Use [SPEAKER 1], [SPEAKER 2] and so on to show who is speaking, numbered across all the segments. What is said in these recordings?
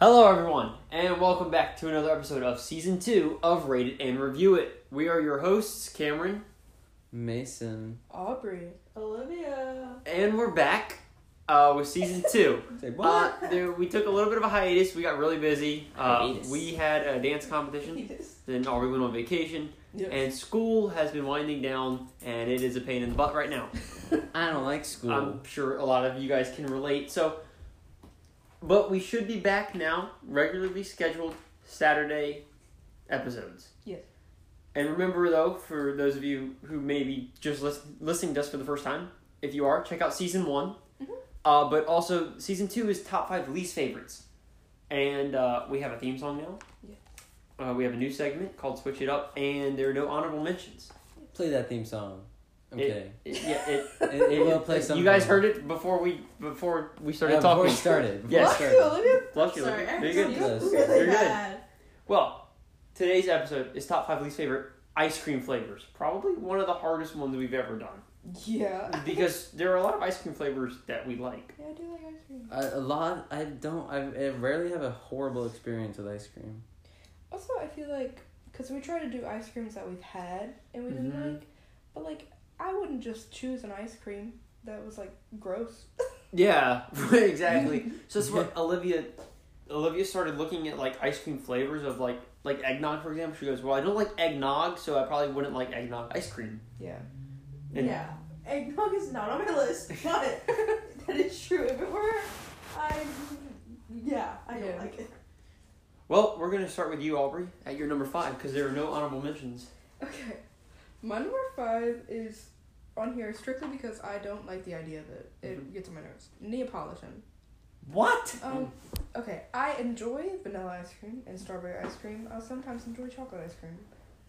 [SPEAKER 1] Hello, everyone, and welcome back to another episode of season two of Rated and Review It. We are your hosts, Cameron,
[SPEAKER 2] Mason.
[SPEAKER 3] Aubrey. Olivia.
[SPEAKER 1] and we're back uh, with season two.
[SPEAKER 2] Say
[SPEAKER 1] Uh, there, we took a little bit of a hiatus. We got really busy. Uh,
[SPEAKER 2] Hiatus.
[SPEAKER 1] we had a dance competition. Then Aubrey went on vacation,
[SPEAKER 3] Yes.
[SPEAKER 1] and school has been winding down, and it is a pain in the butt right now.
[SPEAKER 2] I don't like school.
[SPEAKER 3] Um,
[SPEAKER 1] I'm sure a lot of you guys can relate. So, but we should be back now, regularly scheduled Saturday episodes.
[SPEAKER 3] Yes.
[SPEAKER 1] And remember, though, for those of you who may be just listen, listening to us for the first time, if you are, check out season one.
[SPEAKER 3] Mhm.
[SPEAKER 1] Uh, but also, season two is top five least favorites. And uh, we have a theme song now.
[SPEAKER 3] Yes.
[SPEAKER 1] Uh, we have a new segment called Switch It Up, and there are no honorable mentions.
[SPEAKER 2] play that theme song. I'm
[SPEAKER 1] It-
[SPEAKER 2] kidding.
[SPEAKER 1] It- yeah, it,
[SPEAKER 2] It, it will play
[SPEAKER 1] you
[SPEAKER 2] something.
[SPEAKER 1] guys heard it before we before we started
[SPEAKER 2] Yeah,
[SPEAKER 1] talking.
[SPEAKER 2] Before we started. Before
[SPEAKER 1] Yes.
[SPEAKER 2] we
[SPEAKER 3] Bless you,
[SPEAKER 2] started.
[SPEAKER 3] Olivia.
[SPEAKER 1] Bless you,
[SPEAKER 3] Sorry,
[SPEAKER 1] Olivia.
[SPEAKER 3] I
[SPEAKER 1] You're
[SPEAKER 3] heard
[SPEAKER 1] good.
[SPEAKER 3] you
[SPEAKER 2] Bless.
[SPEAKER 3] really
[SPEAKER 1] You're good.
[SPEAKER 3] bad.
[SPEAKER 1] Well, today's episode is top five least favorite ice cream flavors. Probably one of the hardest ones we've ever done
[SPEAKER 3] Yeah.
[SPEAKER 1] because there are a lot of ice cream flavors that we like.
[SPEAKER 3] Yeah, I do like ice cream.
[SPEAKER 2] I, a lot. I don't. I, I rarely have a horrible experience with ice cream.
[SPEAKER 3] Also, I feel like because we try to do ice creams that we've had and we
[SPEAKER 1] Mhm.
[SPEAKER 3] didn't like, but like I wouldn't just choose an ice cream that was like gross.
[SPEAKER 1] Yeah, exactly. so that's what Olivia. Olivia started looking at like ice cream flavors of like like eggnog for example. She goes, "Well, I don't like eggnog, so I probably wouldn't like eggnog ice cream."
[SPEAKER 3] Yeah.
[SPEAKER 1] And-
[SPEAKER 4] yeah, eggnog is not on my list, but that is true. If it were, I yeah, I don't
[SPEAKER 3] Yeah.
[SPEAKER 4] like it.
[SPEAKER 1] Well, we're gonna start with you, Aubrey, at your number five because there are no honorable mentions.
[SPEAKER 3] Okay. My number five is on here strictly because I don't like the idea of it. It
[SPEAKER 1] Mm-hmm.
[SPEAKER 3] gets on my nerves. Neapolitan.
[SPEAKER 1] What?
[SPEAKER 3] Um,
[SPEAKER 2] Mm.
[SPEAKER 3] okay, I enjoy vanilla ice cream and strawberry ice cream. I sometimes enjoy chocolate ice cream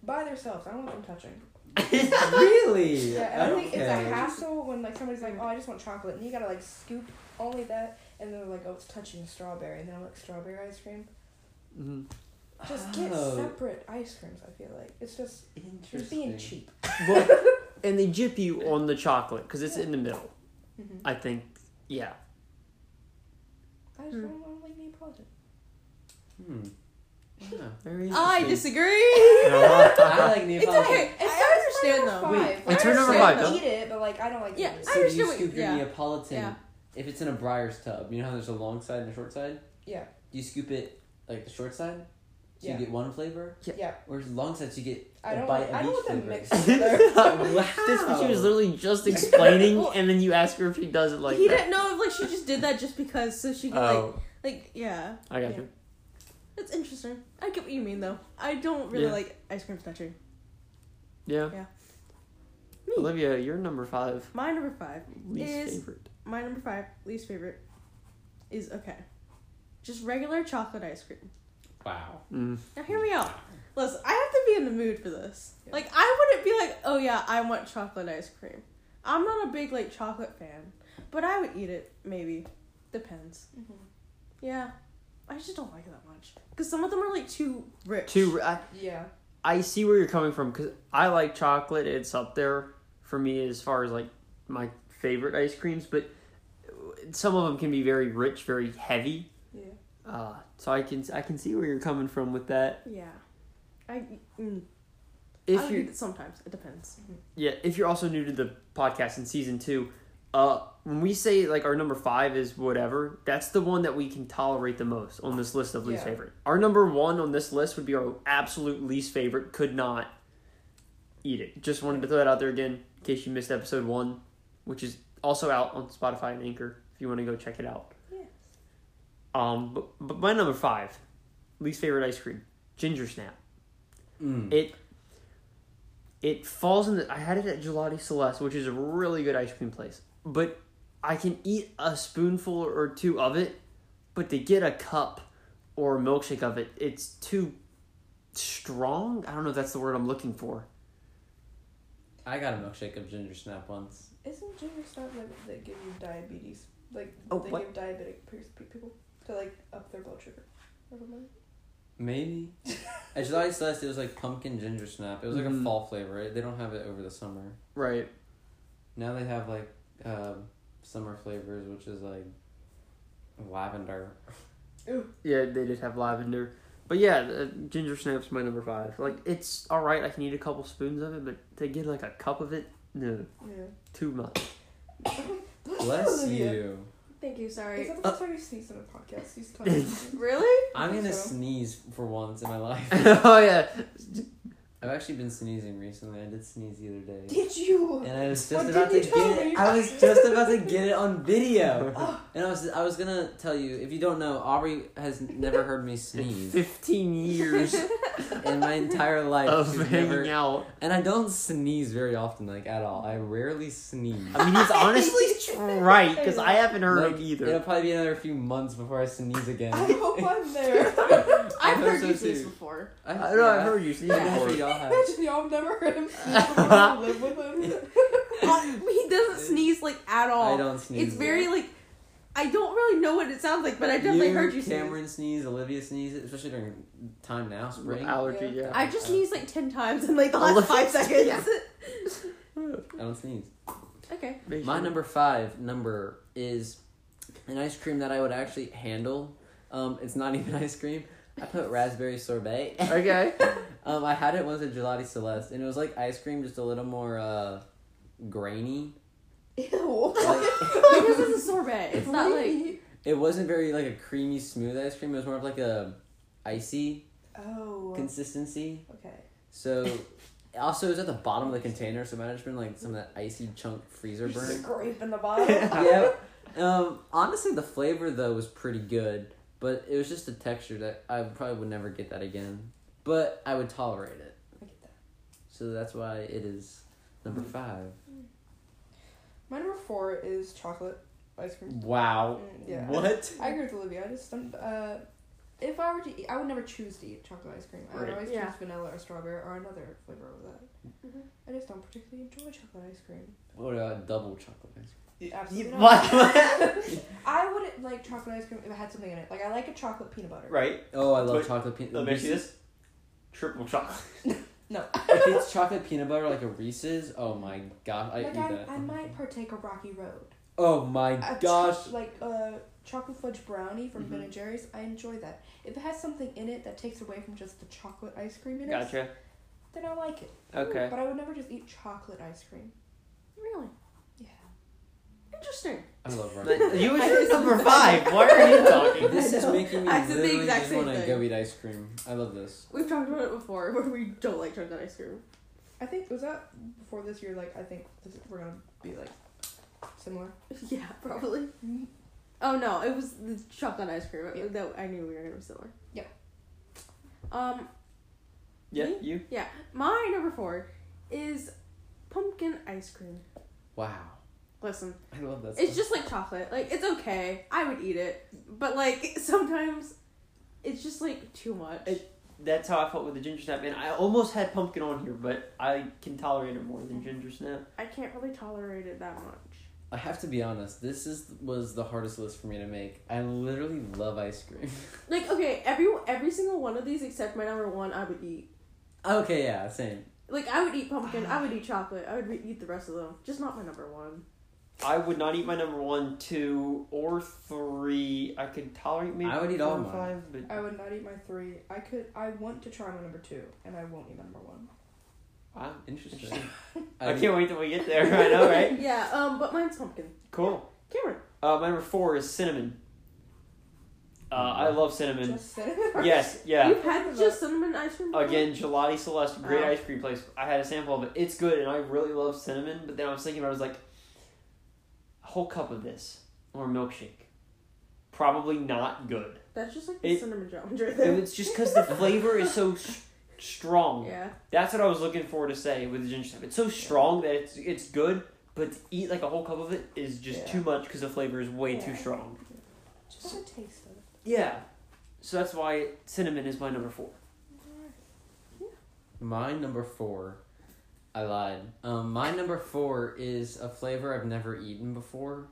[SPEAKER 3] by themselves. I don't want them touching.
[SPEAKER 1] Mm.
[SPEAKER 2] really?
[SPEAKER 3] Yeah, and I think it's
[SPEAKER 2] Okay.
[SPEAKER 3] a hassle when like somebody's like, "Oh, I just want chocolate," and you gotta like scoop only that, and then they're like, "Oh, it's touching strawberry," and then I'm like, "Strawberry ice cream."
[SPEAKER 1] Mhm.
[SPEAKER 3] Just get
[SPEAKER 2] Oh.
[SPEAKER 3] separate ice creams. I feel like it's just it's being
[SPEAKER 2] Interesting.
[SPEAKER 3] cheap.
[SPEAKER 1] Well, and they jip you on the chocolate because it's in the middle.
[SPEAKER 3] hmm
[SPEAKER 1] I think, yeah.
[SPEAKER 3] I
[SPEAKER 4] Hmm.
[SPEAKER 3] just don't want to like Neapolitan.
[SPEAKER 2] Hmm. Yeah.
[SPEAKER 1] Very
[SPEAKER 4] disagree.
[SPEAKER 2] I like Neapolitan.
[SPEAKER 3] It's
[SPEAKER 4] I understand,
[SPEAKER 3] number
[SPEAKER 4] though.
[SPEAKER 3] five.
[SPEAKER 1] Wait, it's her number
[SPEAKER 3] understand
[SPEAKER 1] five,
[SPEAKER 3] Eat it, but like I don't like.
[SPEAKER 4] Yeah,
[SPEAKER 3] it.
[SPEAKER 2] So
[SPEAKER 4] I
[SPEAKER 2] do you
[SPEAKER 4] understand what-
[SPEAKER 2] scoop your
[SPEAKER 4] yeah.
[SPEAKER 2] Neapolitan
[SPEAKER 4] Yeah.
[SPEAKER 2] if it's in a Briar's tub? You know how there's a long side and a short side.
[SPEAKER 3] Yeah.
[SPEAKER 2] Do you scoop it like the short side? So
[SPEAKER 3] Yeah.
[SPEAKER 2] you get one flavor,
[SPEAKER 3] yeah.
[SPEAKER 2] or long side so you get
[SPEAKER 3] I
[SPEAKER 2] a
[SPEAKER 3] don't.
[SPEAKER 2] bite
[SPEAKER 3] want-
[SPEAKER 2] of
[SPEAKER 3] I
[SPEAKER 2] each
[SPEAKER 3] don't want them
[SPEAKER 2] flavor.
[SPEAKER 3] mixed together.
[SPEAKER 1] That's what she was
[SPEAKER 2] Wow.
[SPEAKER 1] literally just explaining,
[SPEAKER 4] Well-
[SPEAKER 1] and then you ask her if she does it like.
[SPEAKER 4] he
[SPEAKER 1] that.
[SPEAKER 4] didn't know if like she just did that just because, so she could
[SPEAKER 1] Oh,
[SPEAKER 4] like like yeah.
[SPEAKER 1] I got
[SPEAKER 4] yeah.
[SPEAKER 1] you.
[SPEAKER 4] That's interesting. I get what you mean though. I don't really
[SPEAKER 1] Yeah.
[SPEAKER 4] like ice cream touching.
[SPEAKER 1] Yeah.
[SPEAKER 4] Yeah.
[SPEAKER 1] Olivia, you're number five
[SPEAKER 4] My number five.
[SPEAKER 1] least
[SPEAKER 4] Is-
[SPEAKER 1] favorite.
[SPEAKER 4] My number five least favorite is okay. Just regular chocolate ice cream.
[SPEAKER 2] Wow.
[SPEAKER 1] Mm.
[SPEAKER 4] Now hear me out. Listen, I have to be in the mood for this.
[SPEAKER 3] Yeah.
[SPEAKER 4] Like I wouldn't be like, oh yeah, I want chocolate ice cream. I'm not a big like chocolate fan, but I would eat it maybe. Depends.
[SPEAKER 3] Mm-hmm.
[SPEAKER 4] Yeah, I just don't like it that much because some of them are like too rich.
[SPEAKER 1] Two. I,
[SPEAKER 3] yeah.
[SPEAKER 1] I see where you're coming from because I like chocolate. It's up there for me as far as like my favorite ice creams, but some of them can be very rich, very heavy.
[SPEAKER 3] Yeah.
[SPEAKER 1] Uh, so I can I can see where you're coming from with that.
[SPEAKER 4] Yeah, I mm, I
[SPEAKER 1] If
[SPEAKER 4] would eat
[SPEAKER 1] you
[SPEAKER 4] it sometimes. It depends.
[SPEAKER 1] yeah, if you're also new to the podcast in season two, uh, when we say like our number five is whatever, that's the one that we can tolerate the most on this list of least
[SPEAKER 3] Yeah.
[SPEAKER 1] favorite. Our number one on this list would be our absolute least favorite. Could not eat it. Just wanted to throw that out there again in case you missed episode one, which is also out on Spotify and Anchor if you want to go check it out.
[SPEAKER 3] Yes.
[SPEAKER 1] Um, but, but my number five, least favorite ice cream, ginger snap.
[SPEAKER 2] Mm.
[SPEAKER 1] It it falls in the. I had it at Gelati Celeste, which is a really good ice cream place. But I can eat a spoonful or two of it, but to get a cup or a milkshake of it, it's too strong. I don't know if that's the word I'm looking for.
[SPEAKER 2] I got a milkshake of ginger snap once.
[SPEAKER 3] Isn't ginger snap like they give you diabetes? Like
[SPEAKER 1] Oh,
[SPEAKER 3] they
[SPEAKER 1] what?
[SPEAKER 3] give diabetic pe- people to like up their blood sugar. or something?
[SPEAKER 2] Maybe. At July Celeste, it was like pumpkin ginger snap. It was like
[SPEAKER 1] Mhm.
[SPEAKER 2] a fall flavor. They don't have it over the summer.
[SPEAKER 1] Right.
[SPEAKER 2] Now they have like um summer flavors, which is like lavender.
[SPEAKER 3] Ew.
[SPEAKER 1] Yeah, they did have lavender. But yeah, the ginger snap's my number five. Like, it's alright, I can eat a couple spoons of it, but to get like a cup of it, no,
[SPEAKER 3] Yeah.
[SPEAKER 1] too much.
[SPEAKER 2] Bless
[SPEAKER 3] Olivia.
[SPEAKER 2] you.
[SPEAKER 4] Thank you,
[SPEAKER 3] Is
[SPEAKER 4] sorry.
[SPEAKER 3] that the first time you sneezed on a podcast? You sneezed.
[SPEAKER 4] Really?
[SPEAKER 2] I'm
[SPEAKER 3] think
[SPEAKER 2] gonna
[SPEAKER 3] so.
[SPEAKER 2] sneeze for once in my life.
[SPEAKER 1] oh, yeah.
[SPEAKER 2] I've actually been sneezing recently. I did sneeze the other day,
[SPEAKER 3] Did you?
[SPEAKER 2] and I was
[SPEAKER 3] Well,
[SPEAKER 2] just about to
[SPEAKER 3] didn't
[SPEAKER 2] get
[SPEAKER 3] you tell me?
[SPEAKER 2] it. I was just about to get it on video, and I was I was gonna tell you if you don't know, Aubrey has never heard me
[SPEAKER 1] In
[SPEAKER 2] sneeze
[SPEAKER 1] 15 years
[SPEAKER 2] in my entire life.
[SPEAKER 1] of
[SPEAKER 2] she's
[SPEAKER 1] hanging
[SPEAKER 2] never-
[SPEAKER 1] out.
[SPEAKER 2] and I don't sneeze very often, like at all. I rarely sneeze.
[SPEAKER 1] I mean, he's honestly right, because I haven't heard
[SPEAKER 2] Like,
[SPEAKER 1] it either.
[SPEAKER 2] It'll probably be another few months before I sneeze again.
[SPEAKER 3] I hope I'm there.
[SPEAKER 4] I've
[SPEAKER 2] hope
[SPEAKER 4] heard
[SPEAKER 2] so
[SPEAKER 4] you sneeze
[SPEAKER 2] too.
[SPEAKER 4] before.
[SPEAKER 1] I don't know, I've heard you sneeze
[SPEAKER 2] Yeah,
[SPEAKER 1] before.
[SPEAKER 2] y'all have.
[SPEAKER 3] Imagine y'all never heard him sneeze before you live with him.
[SPEAKER 4] Uh, he doesn't sneeze like at all.
[SPEAKER 2] I don't sneeze.
[SPEAKER 4] It's very like I don't really know what it sounds like, but I definitely heard you sneeze.
[SPEAKER 2] Cameron sneeze. Olivia sneezes, especially during time now, spring. I
[SPEAKER 1] Allergy, yeah.
[SPEAKER 4] I just sneezed like ten times in like the
[SPEAKER 1] All
[SPEAKER 4] last
[SPEAKER 1] of
[SPEAKER 4] five
[SPEAKER 1] it.
[SPEAKER 4] seconds.
[SPEAKER 2] don't sneeze.
[SPEAKER 4] okay.
[SPEAKER 1] Make
[SPEAKER 2] My
[SPEAKER 1] sure-
[SPEAKER 2] number five number is an ice cream that I would actually handle. Um, it's not even ice cream. I put raspberry sorbet.
[SPEAKER 1] Okay.
[SPEAKER 2] Um, I had it once at Gelati Celeste, and it was like ice cream, just a little more uh, grainy.
[SPEAKER 4] Like, this is a sorbet. It's not like
[SPEAKER 3] Really?
[SPEAKER 2] It wasn't very like a creamy, smooth ice cream. It was more of like a icy
[SPEAKER 3] Oh.
[SPEAKER 2] consistency.
[SPEAKER 3] Okay.
[SPEAKER 2] So, also it was at the bottom of the container, so it might have just been like some of that icy chunk freezer burn.
[SPEAKER 3] Grape in the bottom.
[SPEAKER 2] yep. Um, honestly, the flavor though was pretty good, but it was just the texture that I probably would never get that again. But I would tolerate it,
[SPEAKER 3] I get that.
[SPEAKER 2] so that's why it is number five.
[SPEAKER 3] My number four is chocolate ice cream.
[SPEAKER 2] Wow.
[SPEAKER 3] Mm, yeah.
[SPEAKER 2] What?
[SPEAKER 3] I agree with Olivia. I just um, uh, if I were to eat, I would never choose to eat chocolate ice cream. I would
[SPEAKER 1] Right.
[SPEAKER 3] always
[SPEAKER 4] Yeah.
[SPEAKER 3] choose vanilla or strawberry or another flavor of that.
[SPEAKER 4] Mhm.
[SPEAKER 3] I just don't particularly enjoy chocolate ice cream.
[SPEAKER 2] What about double chocolate ice cream?
[SPEAKER 3] Absolutely not.
[SPEAKER 1] What?
[SPEAKER 3] I wouldn't like chocolate ice cream if it had something in it. Like I like a chocolate peanut butter.
[SPEAKER 1] right.
[SPEAKER 2] Oh, I love
[SPEAKER 1] Wait,
[SPEAKER 2] chocolate peanut.
[SPEAKER 1] Let me see this. Triple chocolate.
[SPEAKER 3] No.
[SPEAKER 2] If it's chocolate peanut butter like a Reese's, oh my gosh, I
[SPEAKER 3] like
[SPEAKER 2] eat
[SPEAKER 3] I,
[SPEAKER 2] that.
[SPEAKER 3] I might partake a Rocky Road.
[SPEAKER 2] Oh my
[SPEAKER 3] A
[SPEAKER 2] gosh.
[SPEAKER 3] cho- like uh, chocolate fudge brownie from Ben and Jerry's. I enjoy that. If it has something in it that takes away from just the chocolate ice cream in it,
[SPEAKER 1] Gotcha.
[SPEAKER 3] then I like it.
[SPEAKER 1] Okay.
[SPEAKER 3] But I would never just eat chocolate ice cream.
[SPEAKER 4] really
[SPEAKER 3] Yeah.
[SPEAKER 4] interesting.
[SPEAKER 2] I love
[SPEAKER 1] But
[SPEAKER 2] Rocky.
[SPEAKER 1] You was your number five. Why are you talking?
[SPEAKER 2] This
[SPEAKER 4] I
[SPEAKER 2] is
[SPEAKER 4] know.
[SPEAKER 2] making me
[SPEAKER 4] I said the
[SPEAKER 2] literally
[SPEAKER 4] exact
[SPEAKER 2] just
[SPEAKER 4] same
[SPEAKER 2] want to
[SPEAKER 4] thing.
[SPEAKER 2] go eat ice cream. I love this.
[SPEAKER 4] We've talked about it before where we don't like chocolate ice cream.
[SPEAKER 3] I think was that before this year. Like I think this, we're gonna be like similar.
[SPEAKER 4] Yeah, probably. Oh no, it was the chocolate ice cream
[SPEAKER 3] Yeah.
[SPEAKER 4] that I knew we were gonna be similar.
[SPEAKER 3] Yeah.
[SPEAKER 4] Um,
[SPEAKER 1] Yeah, you.
[SPEAKER 4] yeah. My number four is pumpkin ice cream.
[SPEAKER 2] Wow,
[SPEAKER 4] Listen,
[SPEAKER 2] I love that.
[SPEAKER 4] it's just like chocolate. Like it's okay. I would eat it, but like sometimes it's just like too much.
[SPEAKER 1] It- That's how I felt with the ginger snap, and I almost had pumpkin on here, but I can tolerate it more than
[SPEAKER 3] Mm-hmm.
[SPEAKER 1] ginger snap.
[SPEAKER 4] I can't really tolerate it that much.
[SPEAKER 2] I have to be honest. This is was the hardest list for me to make. I literally love ice cream.
[SPEAKER 4] Like okay, every every single one of these except my number one, I would eat.
[SPEAKER 2] okay, yeah, same.
[SPEAKER 4] Like I would eat pumpkin. I would eat chocolate. I would re- eat the rest of them. Just not my number one.
[SPEAKER 1] I would not eat my number one, two, or three. I could tolerate maybe
[SPEAKER 2] I would eat
[SPEAKER 1] four
[SPEAKER 2] all
[SPEAKER 1] or
[SPEAKER 2] mine.
[SPEAKER 1] five, but
[SPEAKER 3] I would not eat my three. I could. I want to try my number two, and I won't eat my number one.
[SPEAKER 1] wow.
[SPEAKER 2] Interesting.
[SPEAKER 1] Interesting.
[SPEAKER 2] I,
[SPEAKER 1] I can't wait till we get there. I know, right?
[SPEAKER 4] Yeah. Um. But mine's pumpkin.
[SPEAKER 1] Cool.
[SPEAKER 4] Cameron.
[SPEAKER 1] Uh, my number four is cinnamon. Uh, I love cinnamon.
[SPEAKER 3] Just cinnamon.
[SPEAKER 1] Yes, yeah.
[SPEAKER 4] You've had just cinnamon ice cream. before?
[SPEAKER 1] Again, Gelati Celeste, great
[SPEAKER 4] Oh.
[SPEAKER 1] ice cream place. I had a sample of it. It's good, and I really love cinnamon. But then I was thinking, I was like, a whole cup of this or a milkshake, probably not good.
[SPEAKER 4] That's just like the
[SPEAKER 1] It-
[SPEAKER 4] cinnamon challenge right
[SPEAKER 1] And
[SPEAKER 4] there.
[SPEAKER 1] it's just because the flavor is so s- strong.
[SPEAKER 4] yeah.
[SPEAKER 1] That's what I was looking for to say with the ginger snap. It's so strong that it's it's good, but to eat like a whole cup of it is just
[SPEAKER 3] Yeah.
[SPEAKER 1] too much because the flavor is way too
[SPEAKER 3] Yeah.
[SPEAKER 1] strong.
[SPEAKER 3] Just a taste of it.
[SPEAKER 1] Yeah. So that's why cinnamon is my number four.
[SPEAKER 2] my number four. I lied. Um, my number four is a flavor I've never eaten before,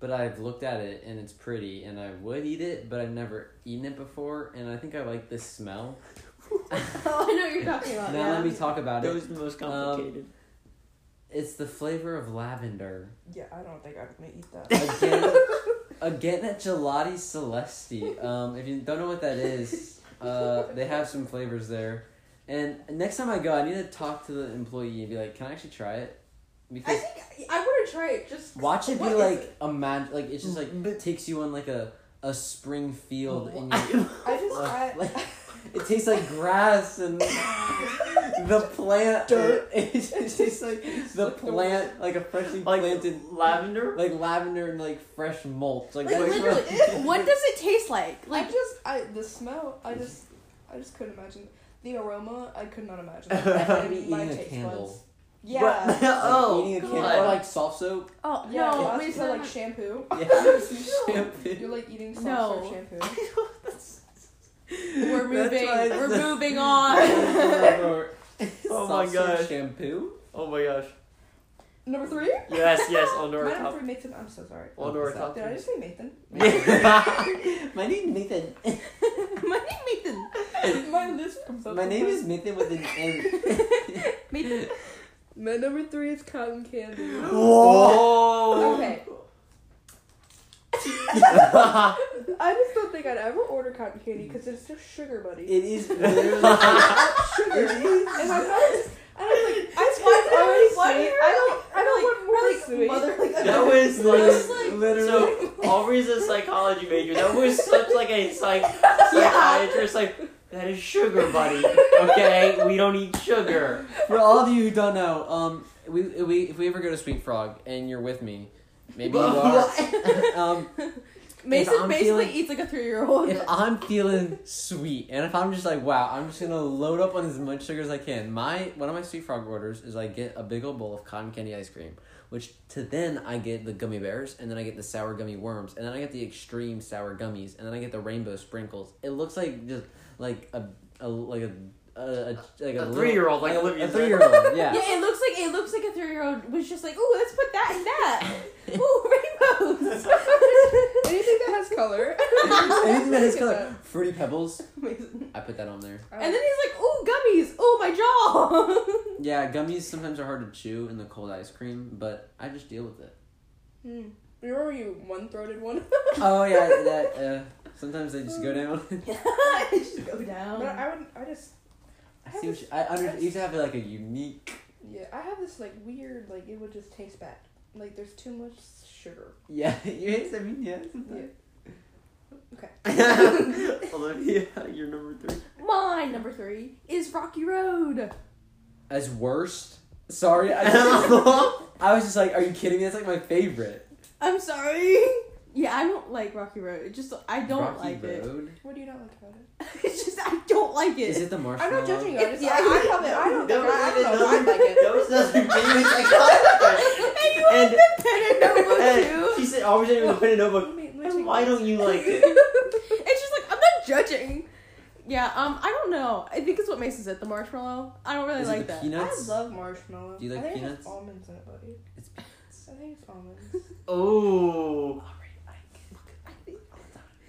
[SPEAKER 2] but I've looked at it and it's pretty, and I would eat it, but I've never eaten it before, and I think I like this smell.
[SPEAKER 4] oh, I know what you're talking about.
[SPEAKER 2] now
[SPEAKER 4] yeah.
[SPEAKER 2] let me talk about
[SPEAKER 1] That
[SPEAKER 2] it.
[SPEAKER 1] was the most complicated.
[SPEAKER 2] It's the flavor of lavender.
[SPEAKER 3] Yeah, I don't think I'm gonna eat that.
[SPEAKER 2] Again, Again at Gelati Celesti. Um, if you don't know what that is, uh, they have some flavors there. And next time I go, I need to talk to the employee and be like, "Can I actually try it?"
[SPEAKER 4] I
[SPEAKER 2] Because
[SPEAKER 4] think I want to try it just. 'cause-
[SPEAKER 2] watch it be
[SPEAKER 4] what is
[SPEAKER 2] like
[SPEAKER 4] it?
[SPEAKER 2] a mag- like it just like
[SPEAKER 1] But-
[SPEAKER 2] takes you on like a a spring field and
[SPEAKER 1] Um,
[SPEAKER 2] you,
[SPEAKER 3] I just I,
[SPEAKER 2] like it tastes like grass and the plant
[SPEAKER 1] Dirt.
[SPEAKER 2] It, tastes like the plant like a freshly
[SPEAKER 1] like
[SPEAKER 2] planted
[SPEAKER 1] lavender.
[SPEAKER 2] like lavender and like fresh mulch. Like,
[SPEAKER 4] Like
[SPEAKER 2] that's
[SPEAKER 4] literally, eh,
[SPEAKER 2] what-
[SPEAKER 4] what does it taste like?
[SPEAKER 3] I
[SPEAKER 4] Like
[SPEAKER 3] just I the smell I just I just couldn't imagine the aroma I could not imagine.
[SPEAKER 2] That's
[SPEAKER 1] That'd
[SPEAKER 2] gonna be
[SPEAKER 3] My
[SPEAKER 2] eating a
[SPEAKER 3] taste
[SPEAKER 2] candle.
[SPEAKER 3] buds. Yeah.
[SPEAKER 1] What?
[SPEAKER 2] Like,
[SPEAKER 1] oh,
[SPEAKER 2] eating a
[SPEAKER 1] God.
[SPEAKER 2] candle or like soft soap.
[SPEAKER 4] oh
[SPEAKER 3] Yeah,
[SPEAKER 4] no,
[SPEAKER 3] it
[SPEAKER 4] wait,
[SPEAKER 3] smells
[SPEAKER 4] no,
[SPEAKER 3] like
[SPEAKER 4] no.
[SPEAKER 3] shampoo.
[SPEAKER 2] Yeah,
[SPEAKER 3] You're
[SPEAKER 2] shampoo.
[SPEAKER 3] like eating soft
[SPEAKER 4] No.
[SPEAKER 3] serve shampoo.
[SPEAKER 4] we're
[SPEAKER 2] That's
[SPEAKER 4] moving.
[SPEAKER 2] why-
[SPEAKER 4] We're moving on.
[SPEAKER 2] oh
[SPEAKER 1] my gosh.
[SPEAKER 2] Shampoo.
[SPEAKER 1] oh my gosh.
[SPEAKER 3] Number three.
[SPEAKER 1] Yes, yes, on to
[SPEAKER 3] My
[SPEAKER 1] our
[SPEAKER 3] number
[SPEAKER 1] top.
[SPEAKER 3] three, Nathan. I'm so sorry.
[SPEAKER 1] On to our
[SPEAKER 2] What's
[SPEAKER 1] top.
[SPEAKER 3] Did I just say Nathan?
[SPEAKER 2] My name is Nathan.
[SPEAKER 4] My name Nathan.
[SPEAKER 3] My list comes up.
[SPEAKER 2] My name is Nathan with an N.
[SPEAKER 4] Nathan.
[SPEAKER 3] My number three is cotton candy.
[SPEAKER 1] Whoa.
[SPEAKER 3] Okay. I just don't think I'd ever order cotton candy because it's just sugar, buddy.
[SPEAKER 2] It is literally.
[SPEAKER 3] sugar.
[SPEAKER 2] it is.
[SPEAKER 3] And my mouth is. And I'm like,
[SPEAKER 4] I
[SPEAKER 3] already sweet.
[SPEAKER 4] I don't.
[SPEAKER 3] I don't want more
[SPEAKER 4] like,
[SPEAKER 3] sweet.
[SPEAKER 4] Mother, like,
[SPEAKER 1] That was
[SPEAKER 4] Just
[SPEAKER 1] like
[SPEAKER 4] like-
[SPEAKER 2] literally.
[SPEAKER 1] so. Aubrey's a psychology major. That was such like a psych psychiatrist. Like that is sugar, buddy. Okay, we don't eat sugar.
[SPEAKER 2] For all of you who don't know, um, we, we if we ever go to Sweet Frog and you're with me, maybe you are. Um, If
[SPEAKER 4] Mason
[SPEAKER 2] I'm
[SPEAKER 4] basically
[SPEAKER 2] feeling-
[SPEAKER 4] eats like a three-year-old.
[SPEAKER 2] if I'm feeling sweet and if I'm just like wow, I'm just gonna load up on as much sugar as I can. My one of my Sweet Frog orders is I get a big old bowl of cotton candy ice cream, which to then I get the gummy bears and then I get the sour gummy worms and then I get the extreme sour gummies and then I get the rainbow sprinkles. It looks like just like a, a like a. A, a, like a,
[SPEAKER 1] A
[SPEAKER 2] little-
[SPEAKER 1] three-year-old, like Olivia
[SPEAKER 2] a
[SPEAKER 1] said.
[SPEAKER 2] three year old, yeah.
[SPEAKER 4] Yeah, it looks like it looks like a three-year-old was just like, "Ooh, let's put that and that. Ooh, rainbows."
[SPEAKER 3] Anything that has color.
[SPEAKER 2] Anything that has
[SPEAKER 3] Look at
[SPEAKER 2] color.
[SPEAKER 3] that.
[SPEAKER 2] Fruity Pebbles.
[SPEAKER 4] Mason.
[SPEAKER 2] I put that on there.
[SPEAKER 4] And then he's like, "Ooh, gummies. Ooh, my jaw."
[SPEAKER 2] Yeah, gummies sometimes are hard to chew in the cold ice cream, but I just deal with it.
[SPEAKER 3] Hmm. Remember you one throated one?
[SPEAKER 2] Oh yeah, that uh, sometimes they just go down.
[SPEAKER 4] I just go
[SPEAKER 2] um,
[SPEAKER 4] down.
[SPEAKER 3] But I would. I just.
[SPEAKER 2] I see what you- I under, I used to have like a unique.
[SPEAKER 3] Yeah, I have this like weird like it would just taste bad. Like there's too much sugar.
[SPEAKER 2] Yeah, you hate I mean yeah.
[SPEAKER 3] Yeah.
[SPEAKER 2] sometimes.
[SPEAKER 1] Olivia, you're number three.
[SPEAKER 4] My number three is Rocky Road.
[SPEAKER 2] As worst. Sorry, I, just, I was just like, are you kidding me? That's like my favorite.
[SPEAKER 4] I'm sorry. Yeah, I don't like Rocky Road. It just I don't like it.
[SPEAKER 3] What do you not like about it?
[SPEAKER 4] It's just I don't like it.
[SPEAKER 2] Is it the
[SPEAKER 3] I'm
[SPEAKER 2] marshmallow?
[SPEAKER 3] not judging you.
[SPEAKER 4] It-
[SPEAKER 3] I just.
[SPEAKER 4] yeah,
[SPEAKER 3] I, I love it. I don't.
[SPEAKER 1] That
[SPEAKER 3] Know,
[SPEAKER 1] was
[SPEAKER 3] I
[SPEAKER 1] it.
[SPEAKER 3] don't know. I like it.
[SPEAKER 1] That was nothing. Jamie's psychologist.
[SPEAKER 4] and you
[SPEAKER 1] And-
[SPEAKER 4] and, the pen and notebook
[SPEAKER 1] And
[SPEAKER 4] too.
[SPEAKER 1] she said, "Aubrey's not even put in a notebook.
[SPEAKER 3] Let me- let me
[SPEAKER 1] And
[SPEAKER 3] take
[SPEAKER 1] why
[SPEAKER 3] this.
[SPEAKER 1] don't you like it?"
[SPEAKER 4] it's just like I'm not judging. Yeah, um, I don't know. I think it's what Mason said. The marshmallow. I don't really
[SPEAKER 2] Is it
[SPEAKER 4] like
[SPEAKER 2] the
[SPEAKER 4] that.
[SPEAKER 2] peanuts?
[SPEAKER 3] I love marshmallow.
[SPEAKER 2] Do you like
[SPEAKER 3] I think It
[SPEAKER 2] peanuts?
[SPEAKER 3] has almonds in it, buddy.
[SPEAKER 2] It's peanuts.
[SPEAKER 3] I think it's almonds.
[SPEAKER 1] Oh.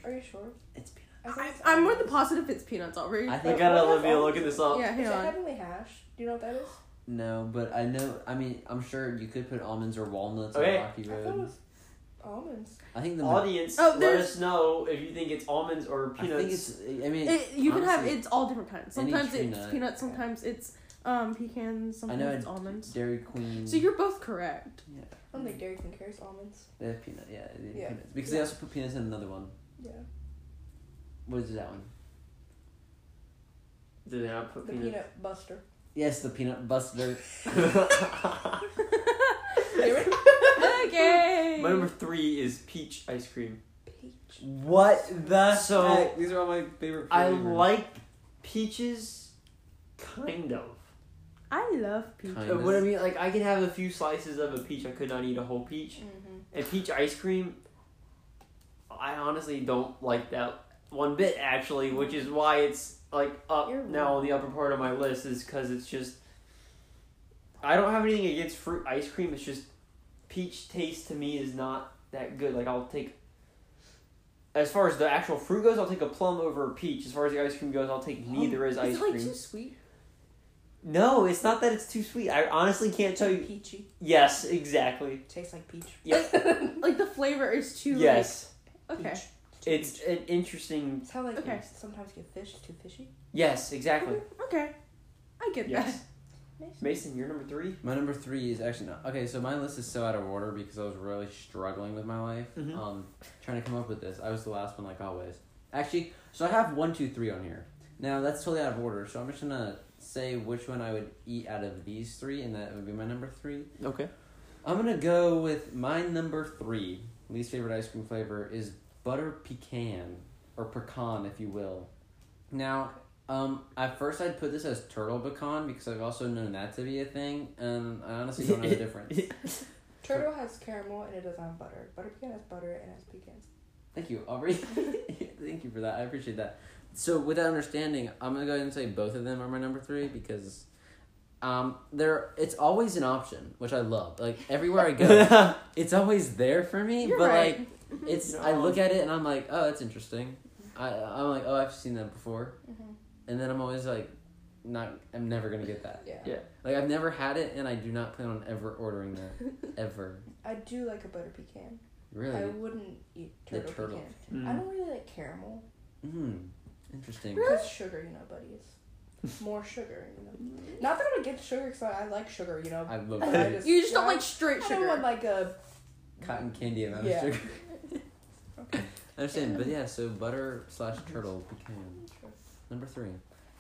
[SPEAKER 3] Are you sure?
[SPEAKER 2] It's peanuts.
[SPEAKER 3] I think
[SPEAKER 4] I,
[SPEAKER 3] it's
[SPEAKER 4] I'm more the
[SPEAKER 3] almonds.
[SPEAKER 4] positive it's peanuts already.
[SPEAKER 2] I think
[SPEAKER 1] I gotta Olivia looking this up.
[SPEAKER 4] yeah, hang
[SPEAKER 3] Is it
[SPEAKER 4] on.
[SPEAKER 3] heavenly hash? Do you know what that is?
[SPEAKER 2] No, but I know. I mean, I'm sure you could put almonds or walnuts
[SPEAKER 1] Okay.
[SPEAKER 2] on Rocky
[SPEAKER 3] I thought it
[SPEAKER 2] Road.
[SPEAKER 3] was almonds.
[SPEAKER 2] I think the
[SPEAKER 1] Audience,
[SPEAKER 4] Oh,
[SPEAKER 1] let
[SPEAKER 4] there's-
[SPEAKER 1] us know if you think it's almonds or
[SPEAKER 2] I
[SPEAKER 1] peanuts.
[SPEAKER 2] think it's. I mean,
[SPEAKER 4] It, you can have
[SPEAKER 2] honestly,
[SPEAKER 4] it's all different kinds.
[SPEAKER 2] any
[SPEAKER 4] Sometimes
[SPEAKER 2] tree
[SPEAKER 4] it's
[SPEAKER 2] nut.
[SPEAKER 4] peanuts. Sometimes it's um pecans. Sometimes
[SPEAKER 2] know
[SPEAKER 4] it's
[SPEAKER 2] it-
[SPEAKER 4] almonds.
[SPEAKER 2] Dairy Queen.
[SPEAKER 4] So you're both correct.
[SPEAKER 2] Yeah.
[SPEAKER 3] I don't think Dairy Queen carries almonds.
[SPEAKER 2] They have peanut. Yeah, they have
[SPEAKER 3] Yeah.
[SPEAKER 2] peanuts because they
[SPEAKER 3] Yeah.
[SPEAKER 2] also put peanuts in another one.
[SPEAKER 3] Yeah.
[SPEAKER 2] What is that one?
[SPEAKER 1] Did they not put
[SPEAKER 3] The
[SPEAKER 1] peanuts?
[SPEAKER 3] peanut buster.
[SPEAKER 2] Yes, the peanut buster.
[SPEAKER 4] okay.
[SPEAKER 1] My number three is peach ice cream.
[SPEAKER 3] Peach.
[SPEAKER 2] what the
[SPEAKER 1] So-
[SPEAKER 2] heck? These are all my favorite.
[SPEAKER 1] I
[SPEAKER 2] flavors.
[SPEAKER 1] like peaches, kind of.
[SPEAKER 4] I love peach.
[SPEAKER 2] Kind
[SPEAKER 1] Uh, What I
[SPEAKER 2] of.
[SPEAKER 1] mean, like I can have a few slices of a peach. I could not eat a whole peach.
[SPEAKER 3] Mm-hmm.
[SPEAKER 1] And peach ice cream, I honestly don't like that one bit actually, which is why it's like up
[SPEAKER 3] You're
[SPEAKER 1] now on the upper part of my list is because it's just. I don't have anything against fruit ice cream. It's just peach taste to me is not that good. Like I'll take. As far as the actual fruit goes, I'll take a plum over a peach. As far as the ice cream goes, I'll take neither as
[SPEAKER 4] Is
[SPEAKER 1] ice
[SPEAKER 4] it Oh, like
[SPEAKER 1] cream.
[SPEAKER 4] too sweet?
[SPEAKER 1] No, it's not that it's too sweet. I honestly can't tell you.
[SPEAKER 3] Peachy.
[SPEAKER 1] Yes, exactly.
[SPEAKER 3] Tastes like peach.
[SPEAKER 1] Yes.
[SPEAKER 4] Like the flavor is too.
[SPEAKER 1] yes.
[SPEAKER 4] Okay.
[SPEAKER 1] It's an interesting.
[SPEAKER 3] It's how like
[SPEAKER 4] Okay.
[SPEAKER 3] sometimes get fish too fishy.
[SPEAKER 1] Yes, exactly.
[SPEAKER 4] Okay. I get
[SPEAKER 1] Yes.
[SPEAKER 3] Nice.
[SPEAKER 1] Mason, you're number three.
[SPEAKER 2] My number three is actually not okay. So my list is so out of order because I was really struggling with my life,
[SPEAKER 1] Mhm.
[SPEAKER 2] um, trying to come up with this. I was the last one, like always. Actually, so I have one, two, three on here. Now that's totally out of order. So I'm just gonna say which one I would eat out of these three, and that would be my number three.
[SPEAKER 1] Okay.
[SPEAKER 2] I'm gonna go with my number three least favorite ice cream flavor is butter pecan or pecan, if you will. Now, um, at first I'd put this as turtle pecan because I've also known that to be a thing, and I honestly don't know the difference.
[SPEAKER 3] Turtle has caramel and it doesn't have butter. Butter pecan has butter and it has pecans.
[SPEAKER 2] Thank you, Aubrey. Thank you for that. I appreciate that. So, with that understanding, I'm gonna go ahead and say both of them are my number three because, um, there it's always an option, which I love. Like everywhere I go, it's always there for me.
[SPEAKER 4] You're
[SPEAKER 2] but
[SPEAKER 4] right.
[SPEAKER 2] like, it's I look at it and I'm like, oh, that's interesting. I I'm like, oh, I've seen that before,
[SPEAKER 3] Mm-hmm.
[SPEAKER 2] and then I'm always like, not. I'm never gonna get that.
[SPEAKER 3] Yeah.
[SPEAKER 1] Yeah.
[SPEAKER 2] Like I've never had it, and I do not plan on ever ordering that ever.
[SPEAKER 3] I do like a butter pecan.
[SPEAKER 2] Really.
[SPEAKER 3] I wouldn't eat
[SPEAKER 2] The
[SPEAKER 3] turtle,
[SPEAKER 2] turtle.
[SPEAKER 3] pecan. I
[SPEAKER 1] Mm.
[SPEAKER 3] don't really like caramel
[SPEAKER 2] Hmm. Interesting.
[SPEAKER 3] because sugar, you know, buddies. More sugar, you know. Not that I'm against sugar, because I, I like sugar, you know.
[SPEAKER 2] I love
[SPEAKER 3] I
[SPEAKER 2] that.
[SPEAKER 3] just-
[SPEAKER 4] You just don't
[SPEAKER 3] Yeah.
[SPEAKER 4] like straight
[SPEAKER 3] I don't
[SPEAKER 4] sugar.
[SPEAKER 3] want like a
[SPEAKER 2] cotton candy amount
[SPEAKER 3] Yeah.
[SPEAKER 2] of sugar.
[SPEAKER 3] Okay.
[SPEAKER 2] I understand, but yeah, so butter slash turtle pecan. Number three.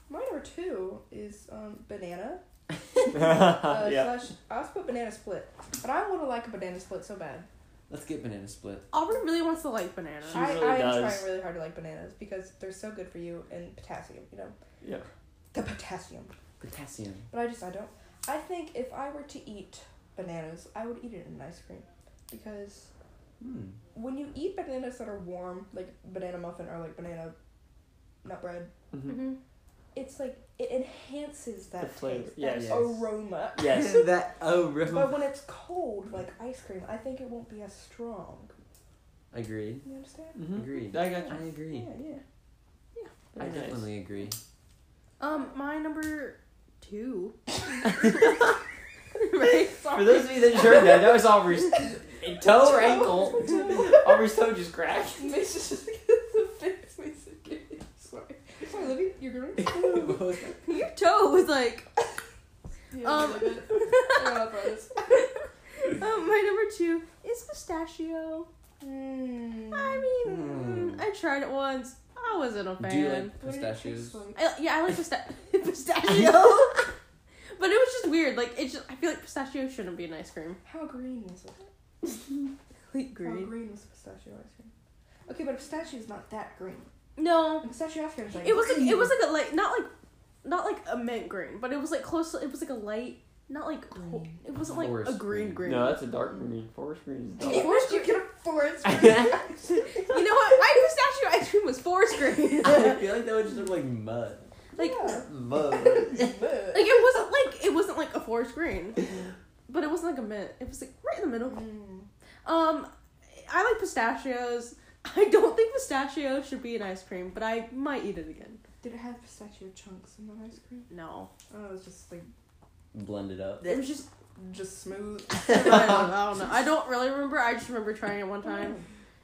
[SPEAKER 3] My number two is um, banana. Uh,
[SPEAKER 1] yeah.
[SPEAKER 3] slash, I also put banana split, but I want to like a banana split so bad.
[SPEAKER 2] Let's get banana split.
[SPEAKER 4] Aubrey really wants to like banana.
[SPEAKER 1] She
[SPEAKER 3] I,
[SPEAKER 1] really
[SPEAKER 3] I am
[SPEAKER 1] does.
[SPEAKER 3] trying really hard to like bananas because they're so good for you and potassium, you know,
[SPEAKER 1] Yeah.
[SPEAKER 3] the potassium.
[SPEAKER 2] Potassium.
[SPEAKER 3] But I just I don't. I think if I were to eat bananas, I would eat it in ice cream because
[SPEAKER 2] Hmm.
[SPEAKER 3] when you eat bananas that are warm, like banana muffin or like banana nut bread,
[SPEAKER 1] Mhm.
[SPEAKER 4] hmm
[SPEAKER 3] it's like it enhances that
[SPEAKER 1] flavor,
[SPEAKER 3] taste,
[SPEAKER 1] yes.
[SPEAKER 3] that
[SPEAKER 2] Yes.
[SPEAKER 3] aroma.
[SPEAKER 1] Yes.
[SPEAKER 2] that oh
[SPEAKER 3] But when it's cold, like ice cream, I think it won't be as strong.
[SPEAKER 2] Agreed.
[SPEAKER 3] You understand?
[SPEAKER 1] Mhm.
[SPEAKER 2] Agreed.
[SPEAKER 1] I got
[SPEAKER 2] I agree.
[SPEAKER 3] Yeah, yeah.
[SPEAKER 2] I
[SPEAKER 1] Very nice.
[SPEAKER 2] definitely agree.
[SPEAKER 4] Um, my number two.
[SPEAKER 3] Right?
[SPEAKER 1] For those of you that just heard that, that was Aubrey's toe or ankle. Aubrey's toe just cracked.
[SPEAKER 3] Mason just gets the face Mason gave me. Sorry. Sorry, Libby, you're going
[SPEAKER 4] Your toe was like. Um, um, my number two is pistachio.
[SPEAKER 3] Hmm.
[SPEAKER 4] I mean,
[SPEAKER 2] Hmm.
[SPEAKER 4] mm, I tried it once. I wasn't a fan.
[SPEAKER 2] Do you like pistachios?
[SPEAKER 4] I, yeah, I like pista- pistachio. but it was just weird. Like it just, I feel like pistachio shouldn't be an ice cream.
[SPEAKER 3] How green was it?
[SPEAKER 4] Like
[SPEAKER 3] How green was the pistachio ice cream? Okay, but a pistachio is not that green.
[SPEAKER 4] No,
[SPEAKER 3] A pistachio ice cream is like
[SPEAKER 4] it was like
[SPEAKER 3] green.
[SPEAKER 4] it was like a light, not like, not like a mint green, but it was like close. to- It was like a light, not like ho-
[SPEAKER 3] Green.
[SPEAKER 4] it wasn't like
[SPEAKER 2] Forest
[SPEAKER 4] a
[SPEAKER 2] green.
[SPEAKER 4] green green.
[SPEAKER 1] No, that's a dark green. Forest green is
[SPEAKER 3] Of
[SPEAKER 1] dark.
[SPEAKER 3] course you get a forest green.
[SPEAKER 1] I
[SPEAKER 4] You know what? My pistachio ice cream was forest green. like
[SPEAKER 2] feel like that would just look like mud.
[SPEAKER 4] like
[SPEAKER 3] Yeah.
[SPEAKER 2] Mud.
[SPEAKER 3] But-
[SPEAKER 4] it wasn't like it wasn't like a forest green, but it wasn't like a mint. It was like right in the middle.
[SPEAKER 3] Mm.
[SPEAKER 4] Um, I like pistachios. I don't think pistachios should be an ice cream, but I might eat it again.
[SPEAKER 3] Did it have pistachio chunks in the ice cream?
[SPEAKER 4] No,
[SPEAKER 3] Oh, it was just like
[SPEAKER 2] Blended up.
[SPEAKER 4] it was just
[SPEAKER 3] just smooth.
[SPEAKER 4] I don't, I don't know. I don't really remember. I just remember trying it one time.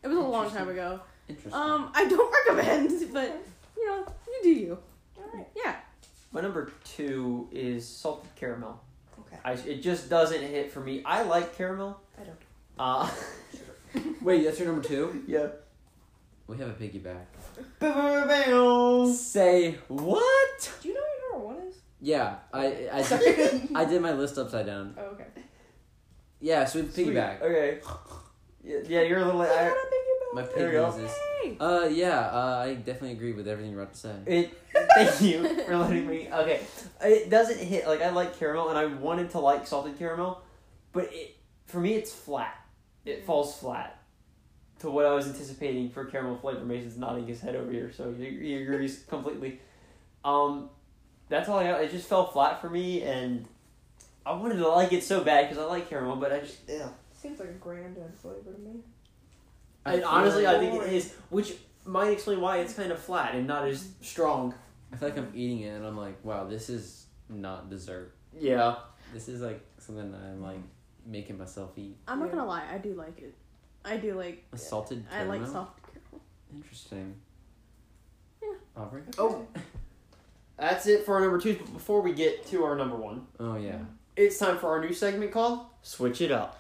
[SPEAKER 4] It was a long time ago.
[SPEAKER 2] Interesting.
[SPEAKER 4] Um, I don't recommend, but you know, you do you.
[SPEAKER 3] Alright.
[SPEAKER 4] Yeah.
[SPEAKER 1] My number two is salted caramel.
[SPEAKER 3] Okay.
[SPEAKER 1] I, it just doesn't hit for me. I like caramel.
[SPEAKER 3] I don't.
[SPEAKER 1] Uh,
[SPEAKER 2] Wait, that's your number two?
[SPEAKER 1] yeah.
[SPEAKER 2] We have a piggyback.
[SPEAKER 1] Bam.
[SPEAKER 2] Say what?
[SPEAKER 3] Do you know what number one is?
[SPEAKER 2] Yeah, I I did,
[SPEAKER 3] Sorry.
[SPEAKER 2] I did my list upside down.
[SPEAKER 3] oh, okay.
[SPEAKER 2] Yeah, so we have a piggyback.
[SPEAKER 1] Okay. Yeah, yeah, you're a little. I,
[SPEAKER 2] My
[SPEAKER 1] There we go.
[SPEAKER 2] piggyback is
[SPEAKER 4] Yay.
[SPEAKER 2] Uh, yeah, uh, I definitely agree with everything you're about to say.
[SPEAKER 1] it. Thank you for letting me. Okay, it doesn't hit. Like I like caramel, and I wanted to like salted caramel, but it for me it's flat. It falls flat to what I was anticipating for caramel flavor. Mason's nodding his head over here, so he, he agrees completely. Um, that's all I got. It just fell flat for me, and I wanted to like it so bad because I like caramel, but I just. Ugh.
[SPEAKER 3] Seems like a granddad flavor to me.
[SPEAKER 1] And
[SPEAKER 2] feel
[SPEAKER 1] honestly,
[SPEAKER 2] like,
[SPEAKER 1] I think it is, which might explain why it's kind of flat and not as strong.
[SPEAKER 2] I feel like I'm eating it and I'm like, wow, this is not dessert.
[SPEAKER 1] Yeah.
[SPEAKER 2] This is like something I'm like making myself eat.
[SPEAKER 4] I'm not
[SPEAKER 3] Yeah.
[SPEAKER 4] gonna lie. I do like it. I do like.
[SPEAKER 2] A salted
[SPEAKER 4] I
[SPEAKER 2] caramel.
[SPEAKER 4] like soft.
[SPEAKER 2] Interesting.
[SPEAKER 4] Yeah.
[SPEAKER 2] Aubrey?
[SPEAKER 1] Oh. That's it for our number two. But before we get to our number one,
[SPEAKER 2] Oh, yeah.
[SPEAKER 1] it's time for our new segment called Switch It Up.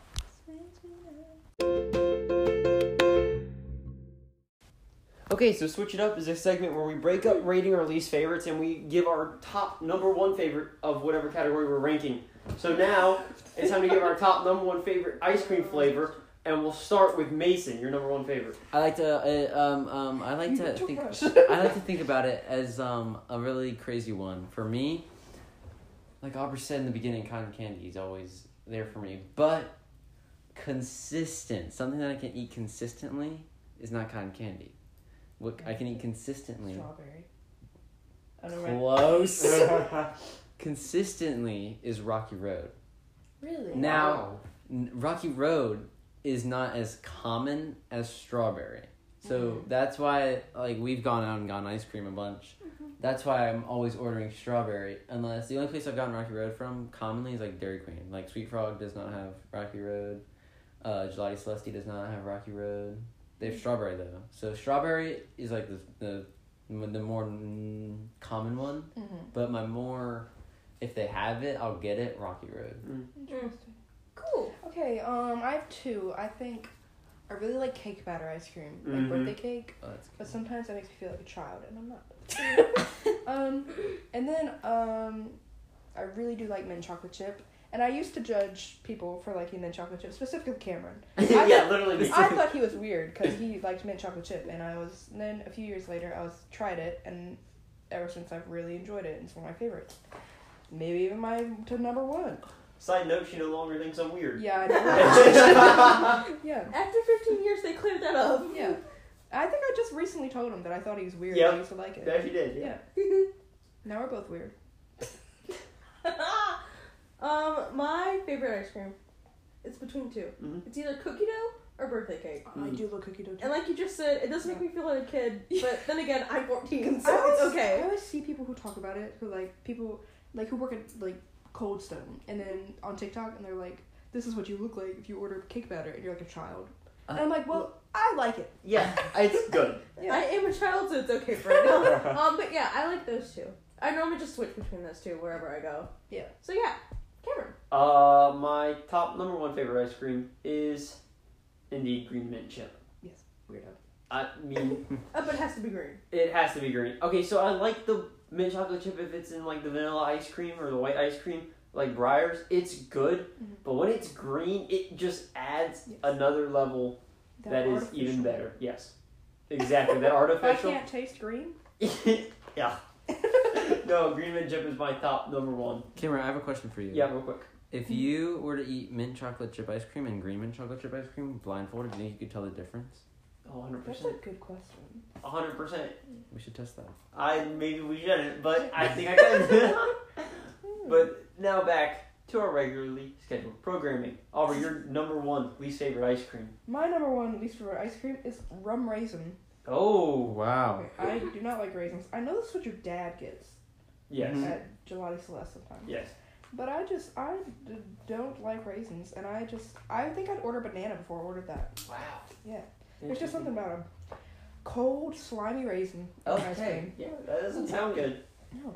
[SPEAKER 1] Okay, so Switch It Up is a segment where we break up rating our least favorites and we give our top number one favorite of whatever category we're ranking. So now it's time to give our top number one favorite ice cream flavor, and we'll start with Mason, your number one favorite.
[SPEAKER 2] I like to uh, um um I like to
[SPEAKER 3] Don't
[SPEAKER 2] think
[SPEAKER 3] rush.
[SPEAKER 2] I like to think about it as um a really crazy one for me. Like Aubrey said in the beginning, cotton candy is always there for me, but consistent something that I can eat consistently is not cotton candy. What I can eat consistently,
[SPEAKER 3] Strawberry. I don't know.
[SPEAKER 2] close, consistently is Rocky Road.
[SPEAKER 3] Really?
[SPEAKER 2] Now- N- Rocky Road is not as common as strawberry. So that's why like we've gone out and gotten ice cream a bunch. That's why I'm always ordering strawberry. Unless the only place I've gotten Rocky Road from commonly is like Dairy Queen. Like Sweet Frog does not have Rocky Road. Uh, Gelati Celesti does not have Rocky Road. They have strawberry though. So strawberry is like the the the more mm, common one.
[SPEAKER 3] Mhm.
[SPEAKER 2] But my more, if they have it, I'll get it. Rocky Road.
[SPEAKER 4] Mm-hmm.
[SPEAKER 3] Interesting. Cool. Okay, um, I have two. I think I really like cake batter ice cream, like
[SPEAKER 1] Mhm.
[SPEAKER 3] birthday cake,
[SPEAKER 2] Oh, that's
[SPEAKER 3] but sometimes that makes me feel like a child, and I'm not. um, and then um, I really do like mint chocolate chip. And I used to judge people for liking mint chocolate chip, specifically Cameron. I
[SPEAKER 1] yeah, literally. me.
[SPEAKER 3] I thought he was weird because he liked mint chocolate chip, and I was. and then a few years later, I was tried it, and ever since I've really enjoyed it. and It's one of my favorites. Maybe even my to number one.
[SPEAKER 1] Side note, she no longer thinks I'm weird.
[SPEAKER 3] Yeah, I know. yeah,
[SPEAKER 4] After 15 years, they cleared that up.
[SPEAKER 3] yeah. I think I just recently told him that I thought he was weird.
[SPEAKER 1] Yeah.
[SPEAKER 3] and I used to like it.
[SPEAKER 1] Yeah, she did.
[SPEAKER 3] yeah. Now we're both weird.
[SPEAKER 4] um, my favorite ice cream. It's between 2
[SPEAKER 3] Mm-hmm.
[SPEAKER 1] Mhm.
[SPEAKER 4] It's either cookie dough or birthday cake.
[SPEAKER 1] I
[SPEAKER 3] do love cookie dough.
[SPEAKER 4] And like you just said, it does make me feel like a kid. But then again, I'm 14, so
[SPEAKER 3] I always,
[SPEAKER 4] it's
[SPEAKER 3] I
[SPEAKER 4] okay.
[SPEAKER 3] always see people who talk about it who like people like who work at like Cold Stone and then on TikTok and they're like, "This is what you look like if you order cake batter and you're like a child." And I'm like, "Well, I like it."
[SPEAKER 1] Uh, Yeah, it's good.
[SPEAKER 3] Yeah.
[SPEAKER 4] I am a child, so it's okay for right now. um, but yeah, I like those two. I normally just switch between those two wherever I go.
[SPEAKER 3] Yeah.
[SPEAKER 4] So yeah, Cameron.
[SPEAKER 1] Uh, my top number one favorite ice cream is indeed green mint chip.
[SPEAKER 3] Weirdo.
[SPEAKER 1] I mean,
[SPEAKER 4] Uh, but it has to be green.
[SPEAKER 1] it has to be green. Okay, so I like the mint chocolate chip if it's in like the vanilla ice cream or the white ice cream, like Briar's. It's good,
[SPEAKER 3] Mhm.
[SPEAKER 1] but when it's green, it just adds
[SPEAKER 3] Yes.
[SPEAKER 1] another level that is even
[SPEAKER 3] artificial.
[SPEAKER 1] better. Yes, exactly. That
[SPEAKER 3] If I
[SPEAKER 1] artificial.
[SPEAKER 3] can't taste green.
[SPEAKER 1] yeah. no, green mint chip is my top number one.
[SPEAKER 2] Cameron, I have a question for you.
[SPEAKER 1] Yeah, real quick.
[SPEAKER 2] If you were to eat mint chocolate chip ice cream and green mint chocolate chip ice cream blindfolded, do you think you could tell the difference?
[SPEAKER 1] Oh, 100
[SPEAKER 3] That's a
[SPEAKER 1] percent.
[SPEAKER 3] good question.
[SPEAKER 1] hundred percent.
[SPEAKER 2] We should test that.
[SPEAKER 1] I maybe we shouldn't, but I think I can. but now back to our regularly scheduled programming. Aubrey, your number one least favorite ice cream.
[SPEAKER 3] My number one least favorite ice cream is rum raisin.
[SPEAKER 1] Oh
[SPEAKER 2] Wow.
[SPEAKER 3] I do not like raisins. I know this is what your dad gets
[SPEAKER 1] yes,
[SPEAKER 2] Mhm.
[SPEAKER 3] at Gelati Celeste sometimes.
[SPEAKER 1] yes.
[SPEAKER 3] But I just I d- don't like raisins, and I just I think I'd order banana before I ordered that.
[SPEAKER 1] Wow.
[SPEAKER 3] Yeah. There's just something about them. Cold, slimy raisin. ice
[SPEAKER 1] Okay.
[SPEAKER 3] cream.
[SPEAKER 1] Yeah, that doesn't sound good.
[SPEAKER 3] No.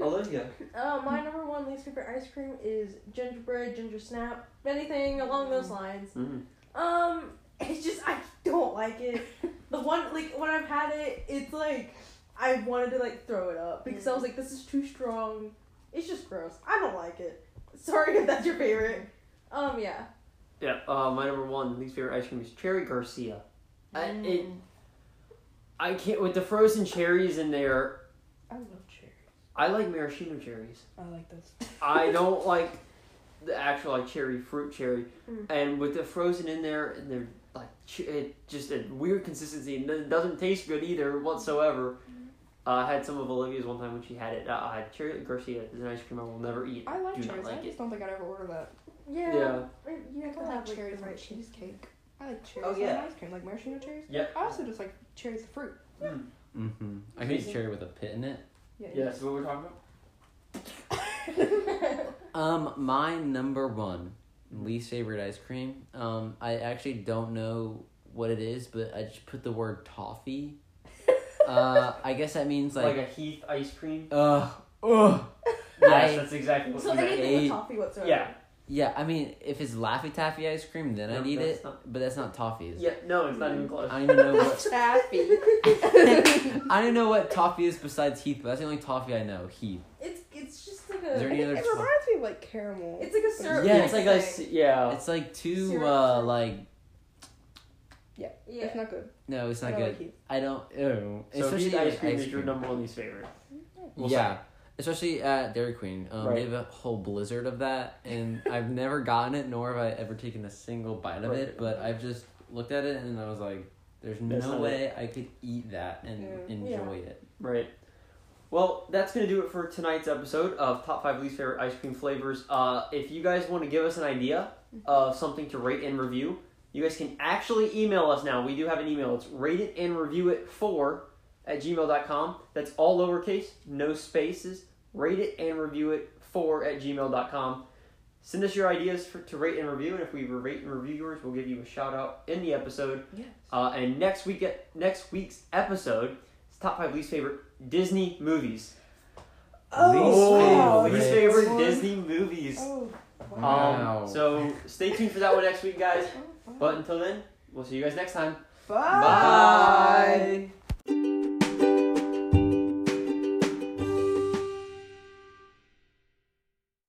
[SPEAKER 1] Olivia.
[SPEAKER 4] Uh, my
[SPEAKER 3] Mm-hmm.
[SPEAKER 4] number one least favorite ice cream is gingerbread, ginger snap, anything along those lines.
[SPEAKER 1] Mm.
[SPEAKER 4] Um, it's just I don't like it. The one like when I've had it, it's like I wanted to like throw it up because I was like, this is too strong. It's just gross. I don't like it. Sorry if that's your favorite. Um, yeah.
[SPEAKER 1] Yeah. Uh, my number one least favorite ice cream is cherry Garcia. I,
[SPEAKER 3] Mm.
[SPEAKER 1] it, I can't with the frozen cherries in there.
[SPEAKER 3] I love cherry.
[SPEAKER 1] I like maraschino cherries.
[SPEAKER 3] I like those.
[SPEAKER 1] I don't like the actual like cherry fruit cherry,
[SPEAKER 4] Mm.
[SPEAKER 1] and with the frozen in there and they're like ch- it just a weird consistency and it doesn't taste good either whatsoever. Uh, I had some of Olivia's one time when she had it. Uh, I had cherry Garcia is an ice cream I will never eat.
[SPEAKER 3] I like
[SPEAKER 1] Do not
[SPEAKER 3] cherries.
[SPEAKER 1] like
[SPEAKER 3] I
[SPEAKER 1] it.
[SPEAKER 3] just don't think I'd ever order that.
[SPEAKER 4] Yeah.
[SPEAKER 1] Yeah.
[SPEAKER 4] You have to
[SPEAKER 3] I
[SPEAKER 4] have
[SPEAKER 3] like
[SPEAKER 4] like,
[SPEAKER 3] cherries
[SPEAKER 4] the
[SPEAKER 3] on
[SPEAKER 4] right cheese.
[SPEAKER 3] cheesecake. I like cherries
[SPEAKER 1] Oh, yeah.
[SPEAKER 3] on ice cream, like maraschino cherries.
[SPEAKER 1] Yeah.
[SPEAKER 3] I also just like cherries as fruit.
[SPEAKER 2] Mm-hmm. I could eat cherry with a pit in it.
[SPEAKER 3] Yeah.
[SPEAKER 1] Yeah, that's what we're talking about.
[SPEAKER 2] Um, my number one least favorite ice cream. Um, I actually don't know what it is, but I just put the word toffee. Uh, I guess that means
[SPEAKER 1] like,
[SPEAKER 2] like,
[SPEAKER 1] a Heath ice cream.
[SPEAKER 2] uh, ugh.
[SPEAKER 1] Yes,
[SPEAKER 2] I,
[SPEAKER 1] that's exactly what
[SPEAKER 4] So
[SPEAKER 1] you meant.
[SPEAKER 4] anything
[SPEAKER 2] ate-
[SPEAKER 4] with toffee whatsoever.
[SPEAKER 1] Yeah.
[SPEAKER 2] yeah, I mean, if it's Laffy Taffy ice cream, then
[SPEAKER 1] No,
[SPEAKER 2] I'd eat
[SPEAKER 1] that's
[SPEAKER 2] it,
[SPEAKER 1] not-
[SPEAKER 2] but that's not toffee. is it?
[SPEAKER 1] Yeah, no, it's not even close.
[SPEAKER 2] I don't even know what.
[SPEAKER 4] Taffy.
[SPEAKER 2] I don't know what toffee is besides Heath, but that's the only toffee I know. Heath.
[SPEAKER 4] It's it's just like
[SPEAKER 2] Is there
[SPEAKER 3] I
[SPEAKER 4] a
[SPEAKER 2] any
[SPEAKER 3] think
[SPEAKER 2] other
[SPEAKER 3] it
[SPEAKER 2] song?
[SPEAKER 3] reminds me of like caramel.
[SPEAKER 4] it's like a syrup.
[SPEAKER 2] Yeah, it's
[SPEAKER 4] type
[SPEAKER 2] like
[SPEAKER 4] thing.
[SPEAKER 1] s- yeah.
[SPEAKER 2] It's like too
[SPEAKER 4] Syrup,
[SPEAKER 2] uh
[SPEAKER 4] syrup.
[SPEAKER 2] like
[SPEAKER 3] It's
[SPEAKER 4] yeah.
[SPEAKER 3] not good.
[SPEAKER 2] no, it's
[SPEAKER 3] I
[SPEAKER 2] not
[SPEAKER 3] don't
[SPEAKER 2] good.
[SPEAKER 3] like Heath.
[SPEAKER 2] I don't. Ew.
[SPEAKER 1] so
[SPEAKER 2] Especially
[SPEAKER 1] Heath ice
[SPEAKER 2] at
[SPEAKER 1] cream is your number one least favorite. We'll
[SPEAKER 2] yeah, especially at Dairy Queen. Um,
[SPEAKER 1] Right.
[SPEAKER 2] They have a whole blizzard of that, and I've never gotten it, nor have I ever taken a single bite of
[SPEAKER 1] Right.
[SPEAKER 2] it. But I've just looked at it and I was like, "There's
[SPEAKER 1] That's
[SPEAKER 2] no
[SPEAKER 1] not
[SPEAKER 2] way I could eat that and
[SPEAKER 3] Yeah.
[SPEAKER 2] enjoy it."
[SPEAKER 1] Right. Well, that's going to do it for tonight's episode of Top 5 Least Favorite Ice Cream Flavors. Uh, if you guys want to give us an idea of something to rate and review, you guys can actually email us now. We do have an email. It's rate it and review it 4 at gmail.com. That's all lowercase, no spaces. Rate it and review it 4 at gmail.com. Send us your ideas for, to rate and review, and if we rate and review yours, we'll give you a shout out in the episode.
[SPEAKER 3] Yes.
[SPEAKER 1] Uh, and next week, next week's episode is top five least favorite Disney movies.
[SPEAKER 2] Oh,
[SPEAKER 1] least
[SPEAKER 2] favorite.
[SPEAKER 1] favorite Disney movies.
[SPEAKER 3] Oh, wow.
[SPEAKER 2] Wow.
[SPEAKER 1] Um, so stay tuned for that one next week, guys.
[SPEAKER 3] Oh, wow.
[SPEAKER 1] But until then, we'll see you guys next time.
[SPEAKER 3] Bye.
[SPEAKER 1] Bye.